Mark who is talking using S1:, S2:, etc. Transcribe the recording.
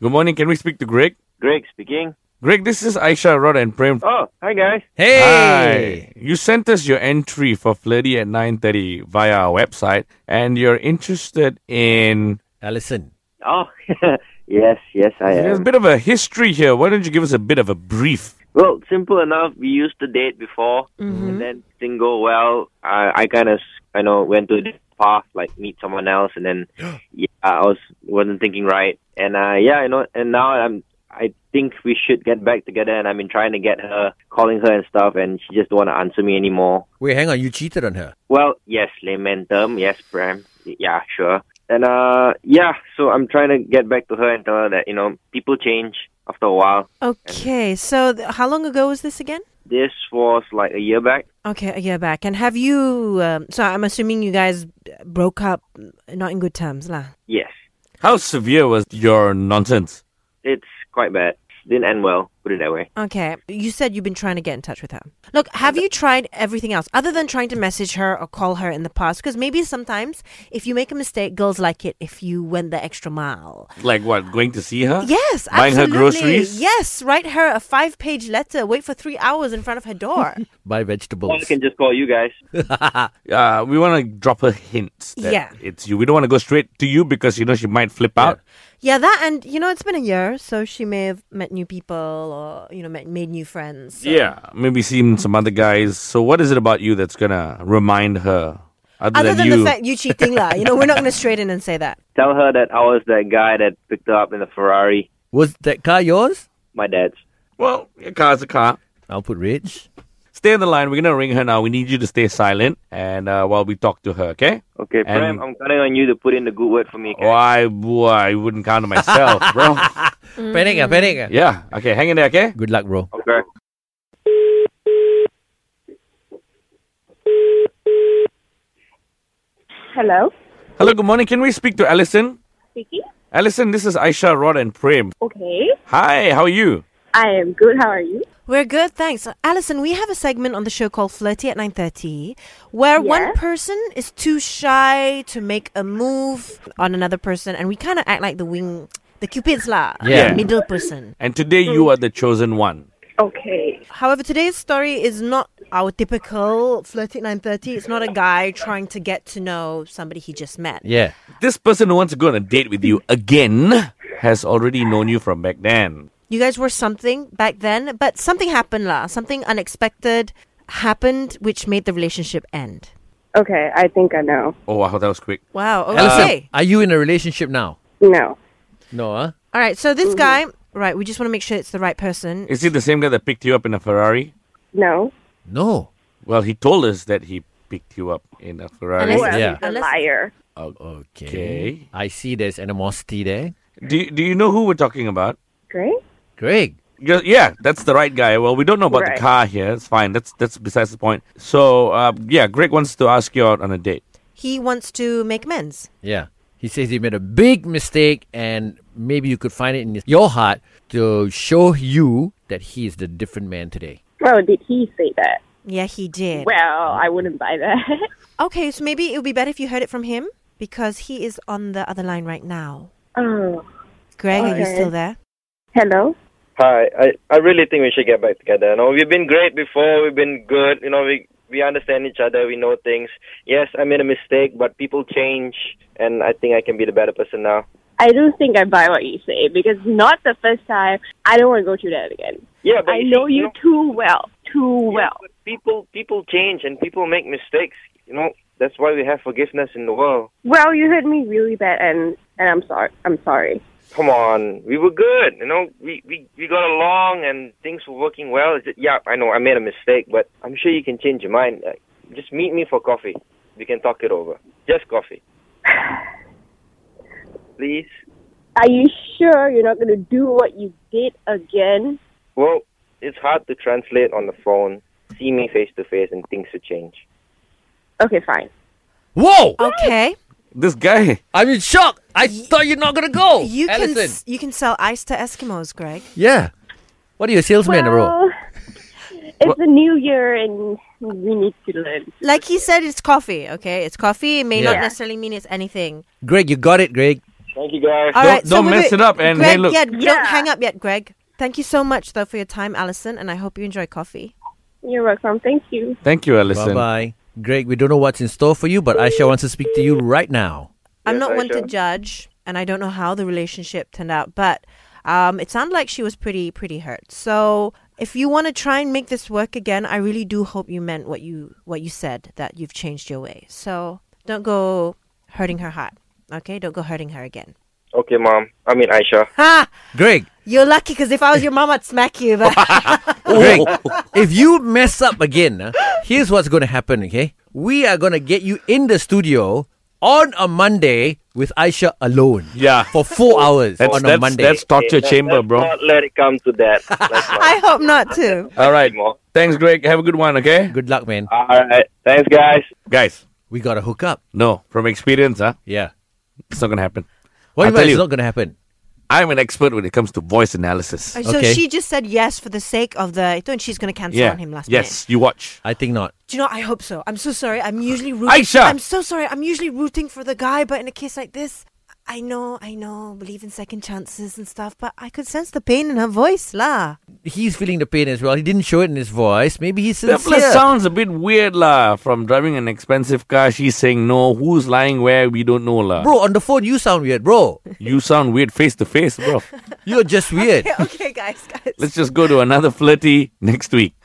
S1: Good morning. Can we speak to Greg?
S2: Greg speaking.
S1: Greg, this is Aisha, Rod, and Prem.
S2: Oh, hi guys.
S1: Hi.
S3: Hey.
S1: You sent us your entry for Flirty at 9.30 via our website, and you're interested in...
S3: Alison.
S2: Oh, yes, yes, I
S1: There's a
S2: am.
S1: bit of a history here. Why don't you give us a bit of a brief?
S2: Well, simple enough. We used to date before, and then things go well. I, I kind of, I know, went to this path like meet someone else, and then yeah, I was wasn't thinking right, and uh, yeah, you know, and now I'm. I think we should get back together, and I've been trying to get her, calling her and stuff, and she just don't want to answer me anymore.
S3: Wait, hang on. You cheated on her.
S2: Well, yes, layman term, yes, Prem. Yeah, sure. And uh yeah, so I'm trying to get back to her and tell her that, you know, people change after a while.
S4: Okay, so th- how long ago was this again?
S2: This was like a year back.
S4: Okay, a year back. And have you? Um, so I'm assuming you guys broke up, mm, not in good terms, lah.
S2: Yes.
S1: How severe was your nonsense?
S2: It's quite bad. Didn't end well, put it that way.
S4: Okay, you said you've been trying to get in touch with her. Look, have you tried everything else other than trying to message her or call her in the past? Because maybe sometimes if you make a mistake, girls like it if you went the extra mile.
S1: Like what? Going to see her?
S4: Yes,
S1: Buying
S4: absolutely.
S1: her groceries?
S4: Yes, write her a five-page letter. Wait for three hours in front of her door.
S3: Buy
S2: Or I
S3: vegetables.
S2: can just call you guys.
S1: Uh, we want to drop a hint. That
S4: Yeah.
S1: It's you. We don't want to go straight to you because you know she might flip out.
S4: yeah, that and you know it's been a year, so she may have met new people or you know met, made new friends. So-
S1: Yeah. Maybe seen some other guys. So what is it about you that's gonna remind her? Other,
S4: Other than
S1: you,
S4: the fact you cheating, lah. You know we're not going to straight in and say that.
S2: Tell her that I was that guy that picked her up in the Ferrari,
S3: Was that car yours?
S2: my dad's.
S1: well, a car's a car.
S3: I'll put rich.
S1: Stay on the line. We're gonna ring her now. We need you to stay silent and uh, while we talk to her, okay?
S2: Okay, Prem,
S1: And-
S2: I'm counting on you to put in the good word for me. okay?
S1: Oh, I, boy, I wouldn't count on myself, bro.
S4: Mm.
S3: Panic, ah, panic. ah.
S1: yeah. Okay. Hang in there, okay?
S3: Good luck, bro.
S2: Okay.
S5: Hello,
S1: Hello. Good morning. Can we speak to Alison?
S5: speaking.
S1: Alison, this is Aisha, Rod, and Prem.
S5: Okay,
S1: Hi. How are you?
S5: I am good. How are you?
S4: We're good, thanks. Alison, we have a segment on the show called Flirty at 9.30 where one
S5: Yes.
S4: person is too shy to make a move on another person and we kind of act like the wing, the cupids lah,
S3: Yeah.
S4: the middle person.
S1: And today you are the chosen one.
S5: Okay.
S4: However, today's story is not our typical Flirty at 9.30. It's not a guy trying to get to know somebody he just met.
S3: Yeah.
S1: This person who wants to go on a date with you again has already known you from back then.
S4: You guys were something back then, but something happened lah. Something unexpected happened which made the relationship end.
S5: Okay, I think I know.
S1: Oh, wow, that was quick.
S4: Wow, okay.
S3: Alison, are you in a relationship now?
S5: No.
S3: No,
S1: ah.
S3: huh?
S4: All right, so this guy, right, we just want to make sure it's the right person.
S1: Is he the same guy that picked you up in a Ferrari?
S5: No.
S3: No.
S1: Well, he told us that he picked you up in a Ferrari.
S4: Unless-
S5: Well,
S3: Yeah.
S5: he's a
S4: Unless-
S5: liar.
S3: Oh, Okay.
S1: Okay.
S3: I see there's animosity there.
S1: Do, do you know who we're talking about?
S5: Great.
S3: Greg.
S1: You're- yeah, that's the right guy. Well, we don't know about
S5: Right.
S1: the car here. It's fine. That's that's besides the point. So, uh, yeah, Greg wants to ask you out on a date.
S4: He wants to make amends.
S3: Yeah. He says he made a big mistake and maybe you could find it in your heart to show you that he is the different man today.
S5: Oh, did he say that?
S4: Yeah, he did.
S5: Well, I wouldn't buy that.
S4: Okay, so maybe it would be better if you heard it from him because he is on the other line right now.
S5: oh.
S4: Greg, are you
S5: Okay.
S4: still there?
S5: Hello.
S2: Hi, I, I really think we should get back together. You know, we've been great before. We've been good. You know, we we understand each other. We know things. Yes, I made a mistake, but people change, and I think I can be the better person now.
S5: I don't think I buy what you say because not the first time. I don't want to go through that again.
S2: Yeah, but
S5: I
S2: you
S5: know
S2: see,
S5: Oh, you
S2: know,
S5: too well. Too
S2: yeah,
S5: well.
S2: but people people change and people make mistakes. You know, that's why we have forgiveness in the world.
S5: Well, you hurt me really bad, and and I'm sorry. I'm sorry.
S2: Come on, we were good. You know, we we we got along and things were working well. It's- Yeah, I know I made a mistake, but I'm sure you can change your mind. Like, Just meet me for coffee. We can talk it over. Just coffee. Please.
S5: Are you sure you're not going to do what you did again?
S2: Well, it's hard to translate on the phone. See me face to face and things will change.
S5: Okay, fine.
S3: Whoa!
S4: Oh. Okay.
S1: This guy.
S3: I'm in shock. I thought you're not gonna go.
S4: You can
S3: Alison.
S4: s- you can sell ice to Eskimos, Greg.
S3: Yeah. What are you, a salesman, bro?
S5: Well, It's a new year and we need to learn.
S4: Like he said, it's coffee, okay? It's coffee. It may not
S3: Yeah.
S4: necessarily mean it's anything.
S3: Greg, you got it, Greg.
S2: Thank you, guys.
S4: All
S1: Don't-
S4: right, so
S1: don't
S4: we-
S1: mess
S4: we-
S1: it up and,
S4: Greg,
S1: hey, look.
S4: yeah, don't
S5: Yeah.
S4: hang up yet, Greg. Thank you so much though for your time, Alison, and I hope you enjoy coffee.
S5: You're welcome. Thank you.
S1: Thank you,
S3: Bye
S1: Alison.
S3: bye. Greg, we don't know what's in store for you, but Aisha wants to speak to you right now.
S4: I'm
S2: Yes,
S4: not one to
S2: Aisha.
S4: judge, and I don't know how the relationship turned out, but um, it sounded like she was pretty pretty hurt. So if you want to try and make this work again, I really do hope you meant what you what you said that you've changed your way. So don't go hurting her heart. Okay, don't go hurting her again.
S2: Okay, mom. I mean Aisha.
S4: Ha!
S3: Greg,
S4: You're lucky because if I was your mom, I'd smack you. But
S1: Oh.
S3: Greg, if you mess up again, uh, here's what's going to happen, okay? We are going to get you in the studio on a Monday with Aisha alone.
S1: Yeah.
S3: For four hours
S1: That's,
S3: on a
S1: that's,
S3: Monday.
S1: that's torture
S2: Let-
S1: chamber,
S2: let's
S1: bro.
S2: Not let it come to that. Let's not.
S4: I hope not too.
S1: All right.
S2: More.
S1: Thanks, Greg. Have a good one, okay?
S3: Good luck, man.
S2: All right. Thanks, guys.
S1: Guys,
S3: We got to hook up.
S1: no. From experience, huh?
S3: Yeah.
S1: It's not going to happen.
S3: What
S1: I'll
S3: about
S1: tell
S3: it's
S1: you.
S3: not going to happen?
S1: I'm an expert when it comes to voice analysis.
S4: So
S3: Okay.
S4: she just said yes for the sake of the. And she's going to cancel
S1: yeah.
S4: on him last minute.
S1: yes, you watch.
S3: I think not.
S4: Do you know? I hope so. I'm so sorry. I'm usually rooting.
S1: Aisha!
S4: I'm so sorry. I'm usually rooting for the guy, but in a case like this, I know, I know, believe in second chances and stuff, but I could sense the pain in her voice, lah.
S3: He's feeling the pain as well. He didn't show it in his voice. Maybe he's
S1: That
S3: sincere.
S1: sounds a bit weird, lah. From driving an expensive car, she's saying no. Who's lying where? We don't know, lah.
S3: Bro, on the phone, you sound weird, bro.
S1: You sound weird face to face, bro.
S3: You're just weird.
S4: okay, guys, guys.
S1: Let's just go to another flirty next week.